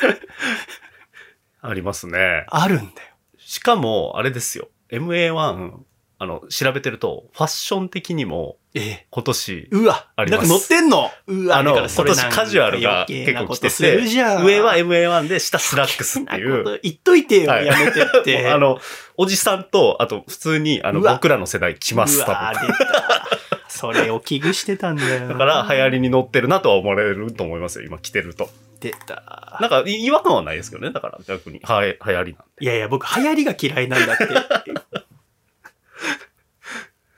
Speaker 2: [laughs] ありますね。
Speaker 1: あるんだよ
Speaker 2: しかも、あれですよ。MA1、あの、調べてると、ファッション的にも、
Speaker 1: ええ
Speaker 2: 今年、
Speaker 1: うわ
Speaker 2: あります
Speaker 1: なんか乗ってんのうわ
Speaker 2: あの
Speaker 1: だからそれなんか
Speaker 2: 今年カジュアルが
Speaker 1: 余計なこと
Speaker 2: 結構着てて
Speaker 1: するじゃん
Speaker 2: 上は MA1 で、下スラックスって
Speaker 1: そん
Speaker 2: い
Speaker 1: なこ
Speaker 2: う。
Speaker 1: と言っといてよ、
Speaker 2: はい
Speaker 1: やめてって
Speaker 2: [laughs] もうあの、おじさんと、あと、普通に、あの、
Speaker 1: うわ
Speaker 2: 僕らの世代来ます、
Speaker 1: う
Speaker 2: 多分
Speaker 1: わ出たそれを危惧してたんだよ
Speaker 2: だから、流行りに乗ってるなとは思われると思いますよ、今着てると。
Speaker 1: 出た
Speaker 2: なんか、い違和感はないですけどね、だから、逆に。はい、流行りなん
Speaker 1: いやいや僕流行りが嫌いなんだ
Speaker 2: [laughs]
Speaker 1: って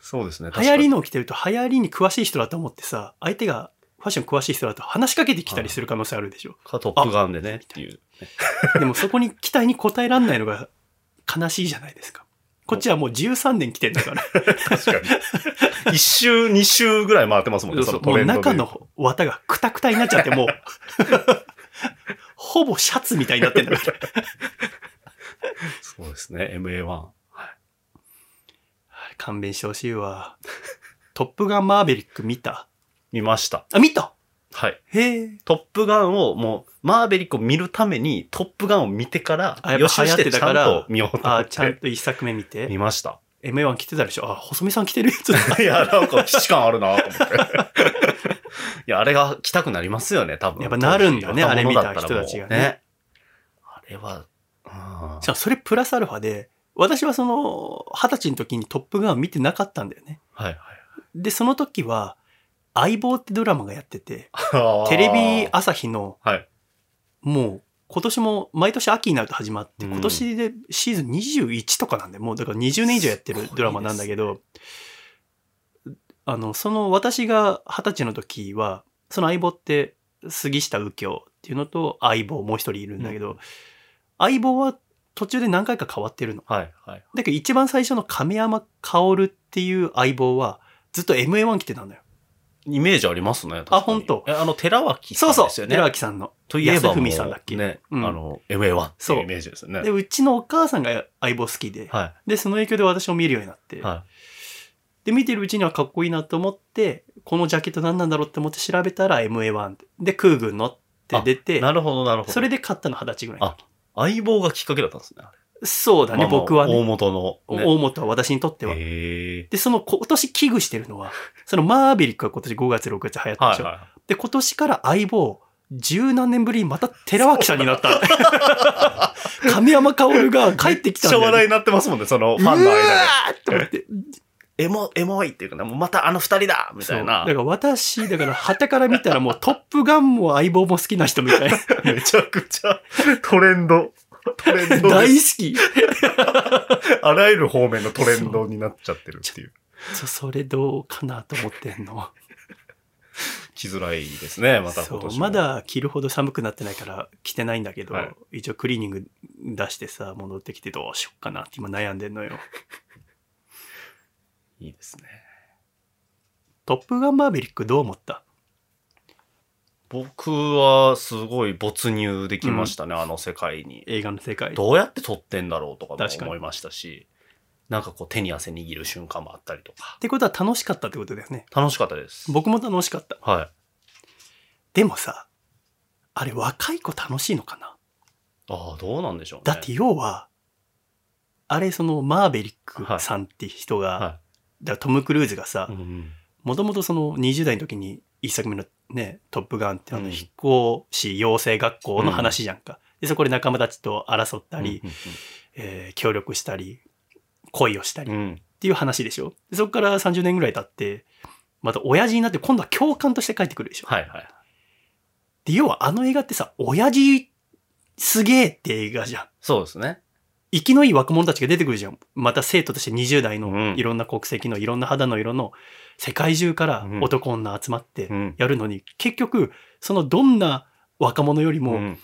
Speaker 2: そうですね。
Speaker 1: 流行りのを着てると流行りに詳しい人だと思ってさ相手がファッション詳しい人だと話しかけてきたりする可能性あるでし
Speaker 2: [laughs]
Speaker 1: ょ、
Speaker 2: か、トップガンでね、っていう。
Speaker 1: でもそこに期待に応えらんないのが悲しいじゃないですかこっちはもう13年着てんだから
Speaker 2: 確かに。 [laughs] 一周、二周ぐらい回ってますもんね、その
Speaker 1: も
Speaker 2: トレ
Speaker 1: う
Speaker 2: ンドで
Speaker 1: 中。の綿がくたくたになっちゃってもう [laughs] ほぼシャツみたいになってんだから
Speaker 2: [laughs] そうですね、MA1。
Speaker 1: 勘弁してほしいわトップガンマーベリック見た
Speaker 2: 見ました。
Speaker 1: あ見た
Speaker 2: はい。
Speaker 1: へえ
Speaker 2: トップガンをもう、マーベリックを見るために、トップガンを見てから
Speaker 1: あや、っぱ
Speaker 2: 予習して
Speaker 1: 流行って
Speaker 2: ち
Speaker 1: た
Speaker 2: ゃ
Speaker 1: か
Speaker 2: ん
Speaker 1: ら
Speaker 2: と見ようと思
Speaker 1: あ
Speaker 2: っ
Speaker 1: ちゃん
Speaker 2: て。
Speaker 1: と一作目見て
Speaker 2: 見ました。
Speaker 1: MA1 着てたでしょあ細見さん着てるやつ
Speaker 2: [laughs]
Speaker 1: だ
Speaker 2: いや、なんか、既視感あるなと思って。いや、あれが来たくなりますよね、多分。
Speaker 1: やっぱなるんだね
Speaker 2: 当時
Speaker 1: あれ見た
Speaker 2: 若者
Speaker 1: 人
Speaker 2: だ
Speaker 1: たちが
Speaker 2: っ
Speaker 1: ね
Speaker 2: らもうね。あれは、うん
Speaker 1: しかもそれプラスアルファで、私はその、二十歳の時にトップガンを見てなかったんだよね。
Speaker 2: はい
Speaker 1: で、その時は、相棒ってドラマがやってて、
Speaker 2: はい。
Speaker 1: テレビ朝日の、
Speaker 2: はい
Speaker 1: もう、今年も、毎年秋になると始まって、
Speaker 2: うん
Speaker 1: 今年でシーズン21とかなんで、もうだから20年以上やってるドラマなんだけど、あの、その私が二十歳の時は、その相棒って、杉下右京っていうのと相棒もう一人いるんだけど、相棒は途中で何回か変わってるの。
Speaker 2: はいはい。
Speaker 1: だけど一番最初の亀山薫っていう相棒はずっと MA1 着てたんだよ。
Speaker 2: イメージありますね。確かに
Speaker 1: あほんと
Speaker 2: えあの、寺脇さ
Speaker 1: そ
Speaker 2: ん
Speaker 1: うそう
Speaker 2: ですよね。
Speaker 1: 寺脇さんの。
Speaker 2: といえばもう、
Speaker 1: 安文さんだっけ
Speaker 2: ね、
Speaker 1: うん
Speaker 2: あの、MA1 って
Speaker 1: そう
Speaker 2: いうイメージですよね
Speaker 1: で、。うちのお母さんが相棒好きで、
Speaker 2: は
Speaker 1: で、その影響で私も見るようになって、
Speaker 2: い。は
Speaker 1: で、見てるうちにはかっこいいなと思って、このジャケット何なんだろうって思って調べたら MA1 で、で、空軍のって出
Speaker 2: い。
Speaker 1: て、
Speaker 2: なるほど、なるほど。
Speaker 1: それで買ったの二十歳ぐらいの時。
Speaker 2: 相棒がきっかけだったんですね。あれ
Speaker 1: そうだね、
Speaker 2: まあまあ
Speaker 1: 僕は
Speaker 2: 大
Speaker 1: ね。
Speaker 2: 元の、ね。
Speaker 1: 大本は私にとっては。
Speaker 2: へえ。
Speaker 1: で、その今年危惧してる
Speaker 2: [laughs]
Speaker 1: のは、そのマーベリックが今年5月6月流行ったで
Speaker 2: は
Speaker 1: し
Speaker 2: い
Speaker 1: ょ。
Speaker 2: は
Speaker 1: で、今年から相棒、十何年ぶりにまた寺脇さんにな
Speaker 2: [laughs]
Speaker 1: った。亀山薫が帰って
Speaker 2: い。
Speaker 1: きたんだ
Speaker 2: めっちゃ話
Speaker 1: よ、
Speaker 2: 題
Speaker 1: ね。
Speaker 2: になってますもんね、そのファ
Speaker 1: う
Speaker 2: ンの間で
Speaker 1: わ。ーって思って。
Speaker 2: エモ、エモいっていうかね、もうまたあの二人だみたいな
Speaker 1: そうだか。ら私、だから、旗から見たらもうトップガンも相棒も好きな人みた
Speaker 2: [laughs]
Speaker 1: いな。
Speaker 2: めちゃくちゃトレンド。トレンド
Speaker 1: 大
Speaker 2: です。
Speaker 1: 好き。
Speaker 2: あらゆる方面のトレンドになっちゃってるっていう。
Speaker 1: そそれどうかなと思ってんの。
Speaker 2: 着づらいですね、また
Speaker 1: そ
Speaker 2: 今年
Speaker 1: う
Speaker 2: も。
Speaker 1: まだ着るほど寒くなってないから着てないんだけど、
Speaker 2: はい
Speaker 1: 一応クリーニング出してさ、戻ってきてどうしよっかなって今悩んでんのよ。
Speaker 2: いいですね。
Speaker 1: トップガンマーベリックどう思った
Speaker 2: 僕はすごい没入できましたね、あの世界に。
Speaker 1: 映画の世界。
Speaker 2: どうやって撮ってんだろうとか
Speaker 1: 確か
Speaker 2: も
Speaker 1: に
Speaker 2: 思いましたし、なんかこう手に汗握る瞬間もあったりとか
Speaker 1: っ。てことは楽しかったってことだよね。
Speaker 2: 楽しかったです。
Speaker 1: 僕も楽しかった。
Speaker 2: はい。
Speaker 1: でもさ、あれ若い子楽しいのかな
Speaker 2: ああ、どうなんでしょうね。
Speaker 1: だって、要は、あれそのマーベリックさんって人が、
Speaker 2: は
Speaker 1: だからトム・クルーズが
Speaker 2: い。う
Speaker 1: さ
Speaker 2: んうん
Speaker 1: もともとその20代の時に一作目のね「トップガン」ってあ
Speaker 2: う
Speaker 1: の
Speaker 2: ん
Speaker 1: 飛行士養成学校の話じゃんか、でそこで仲間たちと争ったり、
Speaker 2: うん
Speaker 1: えー協力したり恋をしたり
Speaker 2: う
Speaker 1: っ
Speaker 2: んうん。
Speaker 1: ていう話でしょでそこから30年ぐらい経ってまた親父になって今度は教官として帰ってくるでしょ、
Speaker 2: はいはい。
Speaker 1: で要はあの映画ってさ親父すげえって映画じゃん
Speaker 2: そうですね。
Speaker 1: 生きのいい若者たちが出てくるじゃん。また生徒として20代
Speaker 2: うん
Speaker 1: のいろんな国籍のいろんな肌の色の世界中から
Speaker 2: うん
Speaker 1: 男女集まって
Speaker 2: うん。
Speaker 1: やるのに、結局、そのどんな若者より
Speaker 2: う
Speaker 1: も、
Speaker 2: ん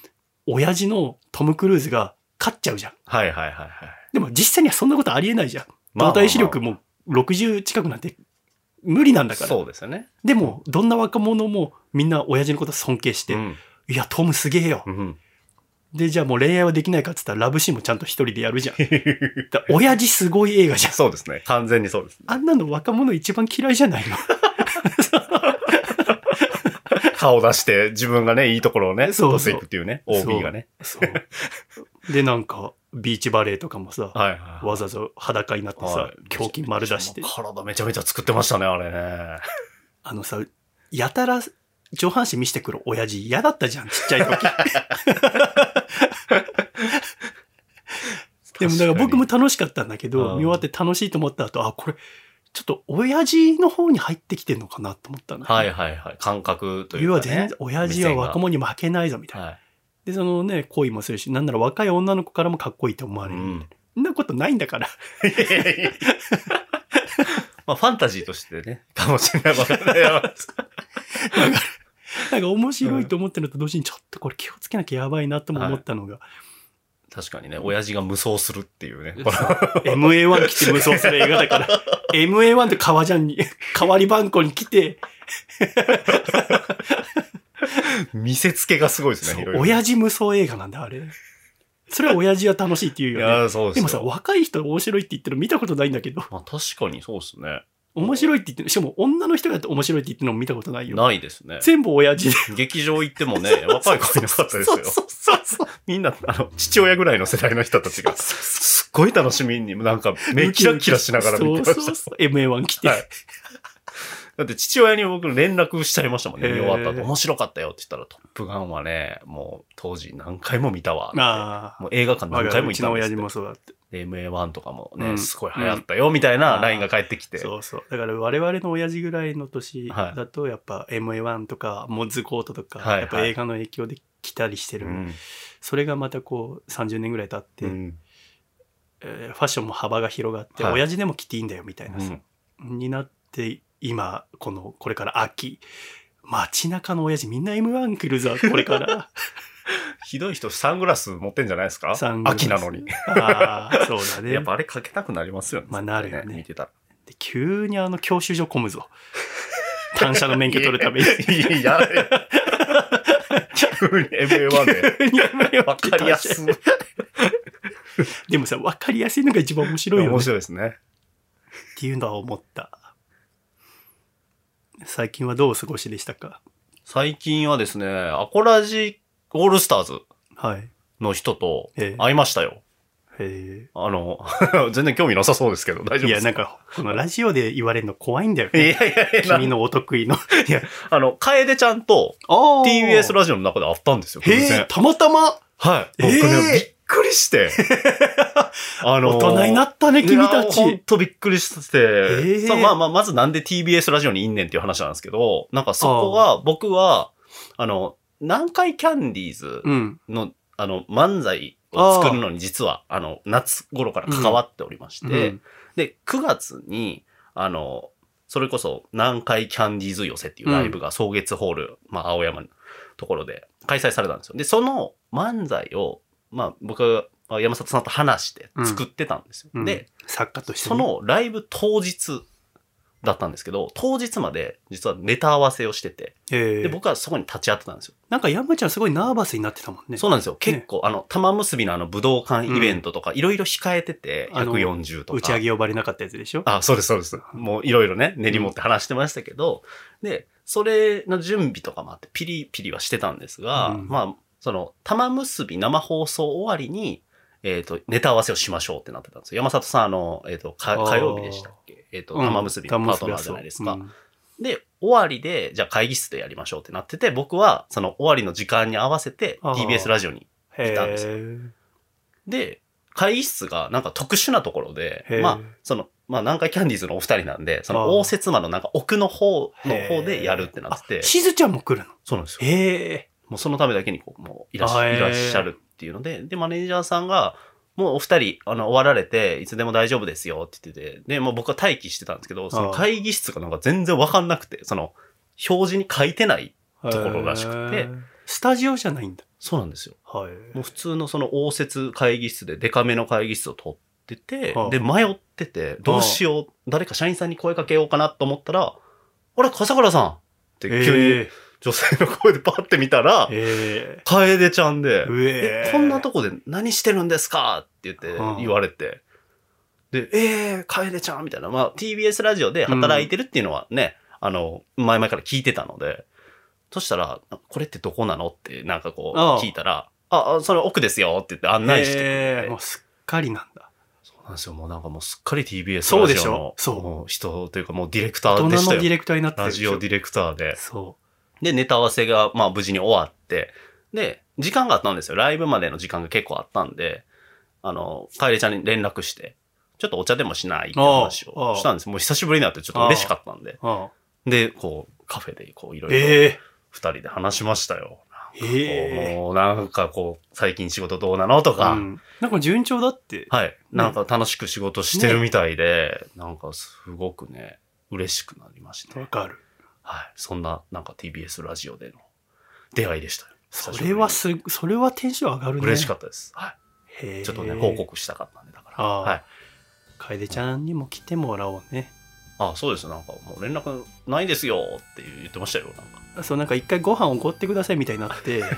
Speaker 1: 親父のトム・クルーズが勝っちゃうじゃん。
Speaker 2: はいはいはいはい。
Speaker 1: でも実際にはそんなことありえないじゃん。
Speaker 2: まあまあま
Speaker 1: 動
Speaker 2: あ
Speaker 1: 体視力も60近くなんて無理なんだから。
Speaker 2: そうですよね。
Speaker 1: でも、どんな若者もみんな親父のこと尊敬して
Speaker 2: う、ん
Speaker 1: いや、トムすげえよ
Speaker 2: う。 [laughs] ん
Speaker 1: で、じゃあもう恋愛はできないかっつったらラブシーンもちゃんと一人でやるじゃ
Speaker 2: [laughs]
Speaker 1: ん。だから親父すごい映画じゃん。
Speaker 2: そうですね。完全にそうですね。
Speaker 1: あんなの若者一番嫌いじゃないの
Speaker 2: 顔出して自分がね、いいところをね、
Speaker 1: そうそう
Speaker 2: 取っていくっていうね、OB がね。
Speaker 1: そう。 [laughs] で、なんか、ビーチバレーとかもさ、
Speaker 2: はいはい。
Speaker 1: わざわざ裸になってさ、
Speaker 2: はい
Speaker 1: 胸筋丸出して、
Speaker 2: 体めちゃめちゃ作ってましたね、あれね。
Speaker 1: あのさ、やたら上半身見せてくる親父嫌だったじゃん、ちっ
Speaker 2: [laughs]
Speaker 1: ちゃい時。でもだから僕も楽しかったんだけ
Speaker 2: う
Speaker 1: ど、
Speaker 2: ん
Speaker 1: 見終わって楽しいと思った後、あ、これ、ちょっと親父の方に入ってきてんのかなと思ったの。
Speaker 2: はいはいはい。感覚とい
Speaker 1: 要
Speaker 2: う
Speaker 1: は
Speaker 2: か、ね。
Speaker 1: 全然、親父は若者に負けないぞみたいな。
Speaker 2: は
Speaker 1: で、そのね、恋もするし、なんなら若い女の子からもかっこいいと思わ
Speaker 2: い。う
Speaker 1: れる。
Speaker 2: ん。 [laughs]
Speaker 1: そんなことないんだから。
Speaker 2: まあ、ファンタジーとしてね、かもしれないわかんないです。
Speaker 1: なんか面白いと思ってるのと同時に、ちょっとこれ気をつけなきゃやばいなとも思ったのが、
Speaker 2: 確かにね、親父が無双するっていうね。
Speaker 1: MA1 来て無双する映画だ
Speaker 2: [laughs]
Speaker 1: から、MA1 って革ジャンに、代わり番号に来て、
Speaker 2: 見せつけがすごいですね、いろいろ
Speaker 1: 親父無双映画なんだ、あれ。それは親父は楽しいって言うよ
Speaker 2: い
Speaker 1: ね。
Speaker 2: や、そうです
Speaker 1: で
Speaker 2: よ
Speaker 1: もさ、若い人面白いって言ってるの見たことないんだけど、
Speaker 2: まあ、確かにそうですね。
Speaker 1: 面白いって言ってる、しかも女の人がやって面白いって言ってるのも見たことないよ。
Speaker 2: ないですね。
Speaker 1: 全部親父で。
Speaker 2: 劇場行って
Speaker 1: [laughs]
Speaker 2: もね、若い子いなかったですよ。
Speaker 1: そうそうそう。
Speaker 2: みんな、あの、父親ぐらいの世代の人たちが、すっごい楽しみに、なんか、目キラキラしながら見てました。
Speaker 1: そうそうそう MA1 来て。
Speaker 2: はいだって父親に僕連絡しちゃいましたもんね。
Speaker 1: へー
Speaker 2: 見終わった後、面白かったよって言ったら、トップガンはね、もう当時何回も見たわって。
Speaker 1: ああ。
Speaker 2: もう映画館何回も
Speaker 1: う
Speaker 2: 行っ
Speaker 1: ち
Speaker 2: た
Speaker 1: の
Speaker 2: んで
Speaker 1: 親
Speaker 2: す
Speaker 1: 父
Speaker 2: って
Speaker 1: もそうだって。
Speaker 2: で MA1 とかも
Speaker 1: う
Speaker 2: ね、
Speaker 1: ん
Speaker 2: すごい流行ったよみたいなラインが返ってきて。
Speaker 1: そうそう。だから我々の親父ぐらいの年
Speaker 2: はい
Speaker 1: だと、やっぱ MA1 とか、モッズコートとか、
Speaker 2: はいはい
Speaker 1: やっぱ映画の影響で来たりして
Speaker 2: う
Speaker 1: る。
Speaker 2: ん
Speaker 1: それがまたこう、30年ぐらい経って、
Speaker 2: うん
Speaker 1: えーファッションも幅が広がって、
Speaker 2: はい
Speaker 1: 親父でも着ていいんだよみたいな
Speaker 2: う
Speaker 1: さ、
Speaker 2: ん
Speaker 1: になって、今、この、これから秋、街中の親父みんな M1 来るぞ、これ
Speaker 2: [laughs]
Speaker 1: から。
Speaker 2: ひどい人、サングラス持ってんじゃないですか
Speaker 1: サングラス
Speaker 2: 秋なのに。
Speaker 1: ああ、そうだね。
Speaker 2: やっぱあれかけたくなりますよね。
Speaker 1: まあなるよね
Speaker 2: 見てたら。
Speaker 1: で急にあの教習所混むぞ。単車の免許取るため
Speaker 2: [laughs]
Speaker 1: に。
Speaker 2: いや、急に
Speaker 1: [laughs]
Speaker 2: MA1 で。わかりやすい。
Speaker 1: でもさ、わかりやすいのが一番面白いよね
Speaker 2: [laughs] 面
Speaker 1: っ
Speaker 2: 白いですね。
Speaker 1: ていうのは思った。最近はどうお過ごしでしたか
Speaker 2: 最近はですね、アコラジオールスターズ
Speaker 1: はい。
Speaker 2: の人と
Speaker 1: ええ
Speaker 2: 会いましたよ。
Speaker 1: え
Speaker 2: あの、 [laughs] 全然興味なさそうですけど、
Speaker 1: ー
Speaker 2: 大
Speaker 1: い
Speaker 2: 丈夫で
Speaker 1: や、
Speaker 2: す
Speaker 1: なんか、このラジオで言われるの怖いんだよ
Speaker 2: いやい
Speaker 1: ね。
Speaker 2: やいや、
Speaker 1: 君のお得意の。
Speaker 2: あの、楓ちゃんと TBS
Speaker 1: ラ
Speaker 2: ラジオの中で会ったんですよ、偶
Speaker 1: へえ
Speaker 2: 然。
Speaker 1: たまたま
Speaker 2: はい。
Speaker 1: ええ
Speaker 2: 僕ね、びっく
Speaker 1: [laughs]
Speaker 2: りして。あ
Speaker 1: 大人になったね、君た
Speaker 2: いやほ
Speaker 1: ち。
Speaker 2: んとびっくりしてて、
Speaker 1: ええ
Speaker 2: そうまあまあ、まずなんで TBS ラジオにいんねんっていう話なんですけど、なんかそこは、僕は、あの、南海キャンディーズ
Speaker 1: うん。
Speaker 2: の、あの、漫才を作るのに実は、あの、夏頃から関わっておりまして、
Speaker 1: うん
Speaker 2: で、9月に、あの、それこそ、南海キャンディーズ寄せっていうライブが、草月ホール、まあ、青山のところで開催されたんですよ。で、その漫才を、まあ、僕は山里さんと話して作ってたんですよ。
Speaker 1: うん
Speaker 2: で、
Speaker 1: 作家として
Speaker 2: そ
Speaker 1: ね。
Speaker 2: のライブ当日だったんですけど、当日まで実はネタ合わせをしてて、
Speaker 1: え
Speaker 2: で、
Speaker 1: ー、
Speaker 2: 僕はそこに立ち会ってたんですよ。
Speaker 1: なんか山ちゃんすごいナーバスになってたもんね。
Speaker 2: そうなんですよ。結構、あの、玉結びのあの、武道館イベントとか、いろいろ控えてて、
Speaker 1: あの
Speaker 2: 140とか。
Speaker 1: 打ち上げ呼ばれなかったやつでしょ
Speaker 2: あ、そうです、そうです。もういろいろね、練り持って話してましたけど、で、それの準備とかもあって、ピリピリはしてたんですが、
Speaker 1: うん
Speaker 2: まあ、その、玉結び生放送終わりに、えっ、と、ネタ合わせをしましょうってなってたんですよ。山里さん、あの、えっ、と、か
Speaker 1: あー
Speaker 2: 火曜日でしたっけえっ、と、
Speaker 1: うん
Speaker 2: 玉結びのパートナーじゃないですか。
Speaker 1: 玉結びは
Speaker 2: で、終わりで、じゃあ会議室でやりましょうってなってて、僕は、その終わりの時間に合わせて、
Speaker 1: あー
Speaker 2: TBS ラジオに
Speaker 1: そううん
Speaker 2: いたんです
Speaker 1: へ
Speaker 2: で、会議室がなんか特殊なところで
Speaker 1: へー、
Speaker 2: まあ、その、まあ、南海キャンディーズのお二人なんで、そ
Speaker 1: あ
Speaker 2: の
Speaker 1: ー
Speaker 2: 応接間のなんか奥の方の
Speaker 1: え
Speaker 2: 方でやるってなって
Speaker 1: あ
Speaker 2: て、
Speaker 1: しずちゃんも来るの
Speaker 2: そうなんですよ。
Speaker 1: へえ
Speaker 2: もうそのためだけにこう、もういらっしゃ
Speaker 1: へー
Speaker 2: いらっしゃるっていうので、で、マネージャーさんが、もうお二人、あの、終わられて、いつでも大丈夫ですよって言ってて、で、もう僕は待機してたんですけど、その
Speaker 1: あー
Speaker 2: 会議室がなんか全然わかんなくて、その、表示に書いてない。
Speaker 1: と
Speaker 2: ころらしくて
Speaker 1: スタジオじゃないんだ
Speaker 2: そうなんですよ。
Speaker 1: はい
Speaker 2: もう普通のその応接会議室でデカめの会議室を取ってて
Speaker 1: はあ、
Speaker 2: で、迷ってて、どうしよう、誰か社員さんに声かけようかなと思ったら、あれ、笠倉さんって急に
Speaker 1: え
Speaker 2: 女性の声でパッて見た
Speaker 1: ー、
Speaker 2: ら
Speaker 1: え
Speaker 2: 楓ちゃんで
Speaker 1: ー、うえ
Speaker 2: え、
Speaker 1: ー
Speaker 2: こんなとこで何してるんですかって言って
Speaker 1: はあ
Speaker 2: 言われて、で、えー、楓ちゃんみたいな、まあ、TBS ラジオで働いてるっていうのはね、あの、前々から聞いてたので、そしたら、これってどこなのって、なんかこう
Speaker 1: ああ、
Speaker 2: 聞いたら、あ、あ、それ奥ですよって言って案内してくれて、
Speaker 1: えーもうすっかりなんだ
Speaker 2: そうなんですよ、もうなんかもうすっかり TBS ラジオ
Speaker 1: そう
Speaker 2: の
Speaker 1: でしょそう
Speaker 2: もう人というかもうディレクタ
Speaker 1: 大
Speaker 2: ーでし
Speaker 1: 人
Speaker 2: た
Speaker 1: のディ
Speaker 2: よ。
Speaker 1: レクターになってる
Speaker 2: ラ
Speaker 1: でし
Speaker 2: ジ
Speaker 1: ょ
Speaker 2: オディレクターで。
Speaker 1: そ
Speaker 2: で、ネタ合わせが、まあ、無事に終わって、で、時間があったんですよ。ライブまでの時間が結構あったんで、あの、かえれちゃんに連絡して、ちょっとお茶でもしないって話
Speaker 1: あああ
Speaker 2: を
Speaker 1: あ
Speaker 2: したんです。もう久しぶりになってちょっと嬉しかったんで。
Speaker 1: うあ
Speaker 2: で、こう、カフェで、こう、いろいろ、
Speaker 1: え
Speaker 2: 二人で話しましたよ。
Speaker 1: ー、え
Speaker 2: もう、なんかこう、最近仕事どうなのと
Speaker 1: ー
Speaker 2: か、
Speaker 1: うん、なんか順調だって
Speaker 2: はい。なんか楽しく仕事してるみたいで、なんかすごくね、嬉しくなりました。
Speaker 1: わかる
Speaker 2: はい。そんな、なんか TBS ラジオでの出会いでしたよ。
Speaker 1: それはすそれはテンション上がるね
Speaker 2: 嬉しかったです。は
Speaker 1: へ
Speaker 2: い。
Speaker 1: ー
Speaker 2: ちょっとね、報告したかったんで、だから。
Speaker 1: ああ
Speaker 2: はい。
Speaker 1: 楓ちゃんにも来てもらおうね
Speaker 2: あ、そうです。なんかもう連絡ないですよって言ってましたよ。なんか。
Speaker 1: そうなんか一回ご飯おごってくださいみたいにな [laughs] って
Speaker 2: はい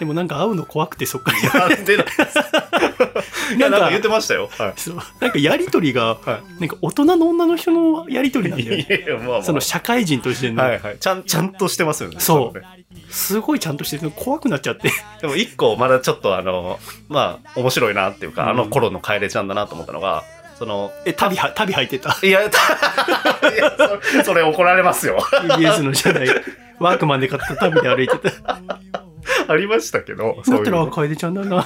Speaker 1: でもなんか会うの怖くてそっから
Speaker 2: なんでなんですいや、なんか言ってましたよ。はい。
Speaker 1: そうなんかやりとりが、
Speaker 2: は
Speaker 1: なんか大人の女の人のやりとりなんだよね
Speaker 2: いやいや、まあまあ。
Speaker 1: その社会人としての、
Speaker 2: はいはい。ちゃん、ちゃんとしてますよね。
Speaker 1: そう
Speaker 2: ね
Speaker 1: すごいちゃんとしてる怖くなっちゃ
Speaker 2: [laughs]
Speaker 1: って
Speaker 2: でも一個まだちょっとあの、まあ面白いなっていうか、
Speaker 1: うん
Speaker 2: あの頃の楓ちゃんだなと思ったのが、その、
Speaker 1: え旅は旅入ってた
Speaker 2: いや、たいやそそれ怒られますよ。
Speaker 1: TBS の社
Speaker 2: [laughs]
Speaker 1: 内ワークマンで買った旅で歩いてただ
Speaker 2: ありましたけど、そう
Speaker 1: っ
Speaker 2: い
Speaker 1: た
Speaker 2: う
Speaker 1: ら
Speaker 2: の。
Speaker 1: 楓ちゃんだな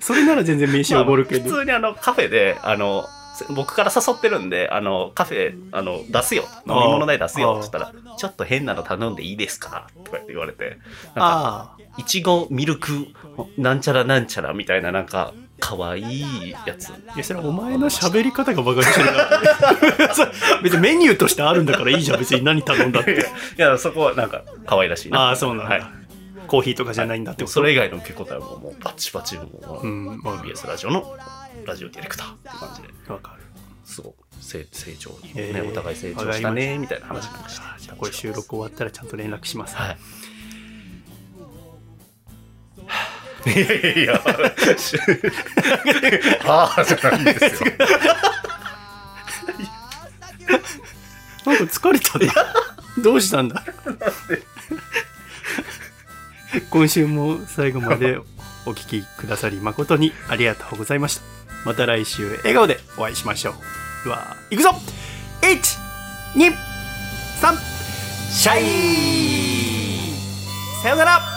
Speaker 1: それなら全然飯
Speaker 2: ま
Speaker 1: お
Speaker 2: あ
Speaker 1: ごるけ
Speaker 2: [laughs] 普
Speaker 1: ど、
Speaker 2: 通にあのカフェで、あの、せ僕から誘ってるんで、あの、カフェ、あの、出すよ。飲み物代出すよ。って言ったら、ちょっと変なの頼んでいいですかとか言われて、なんか、
Speaker 1: ああ
Speaker 2: いちごミルク、なんちゃらなんちゃらみたいな、なんか、可愛いや
Speaker 1: [laughs]
Speaker 2: つ。
Speaker 1: いやそれはお前の喋り方がバカにしてる
Speaker 2: [laughs]
Speaker 1: なそう別にメニューとしてあるんだからいいじゃん別に何頼んだっ
Speaker 2: いや
Speaker 1: て
Speaker 2: いや、そこはなんか、可愛らしいな。
Speaker 1: ああそうなんだ、
Speaker 2: はい
Speaker 1: コーヒーとかじゃないんだってこと
Speaker 2: それ以外の受け答えももうバチバチもう
Speaker 1: うんわかる
Speaker 2: BS ラジオのラジオディレクターって感じで
Speaker 1: わかる
Speaker 2: すごく成成長に、ね
Speaker 1: えー
Speaker 2: お互い成長したねみたいな話なんかして
Speaker 1: あーじゃあこれ収録終わったらちゃんと連絡します。
Speaker 2: はい [laughs] いやいやい [laughs] やああじゃないんですよ
Speaker 1: なんか疲れた
Speaker 2: [laughs]
Speaker 1: ね。どうしたんだ今週も最後ま
Speaker 2: [laughs]
Speaker 1: でお聞きくださり誠にありがとうございました。また来週笑顔でお会いしましょう。では、いくぞ !1、2、3、シャイさよなら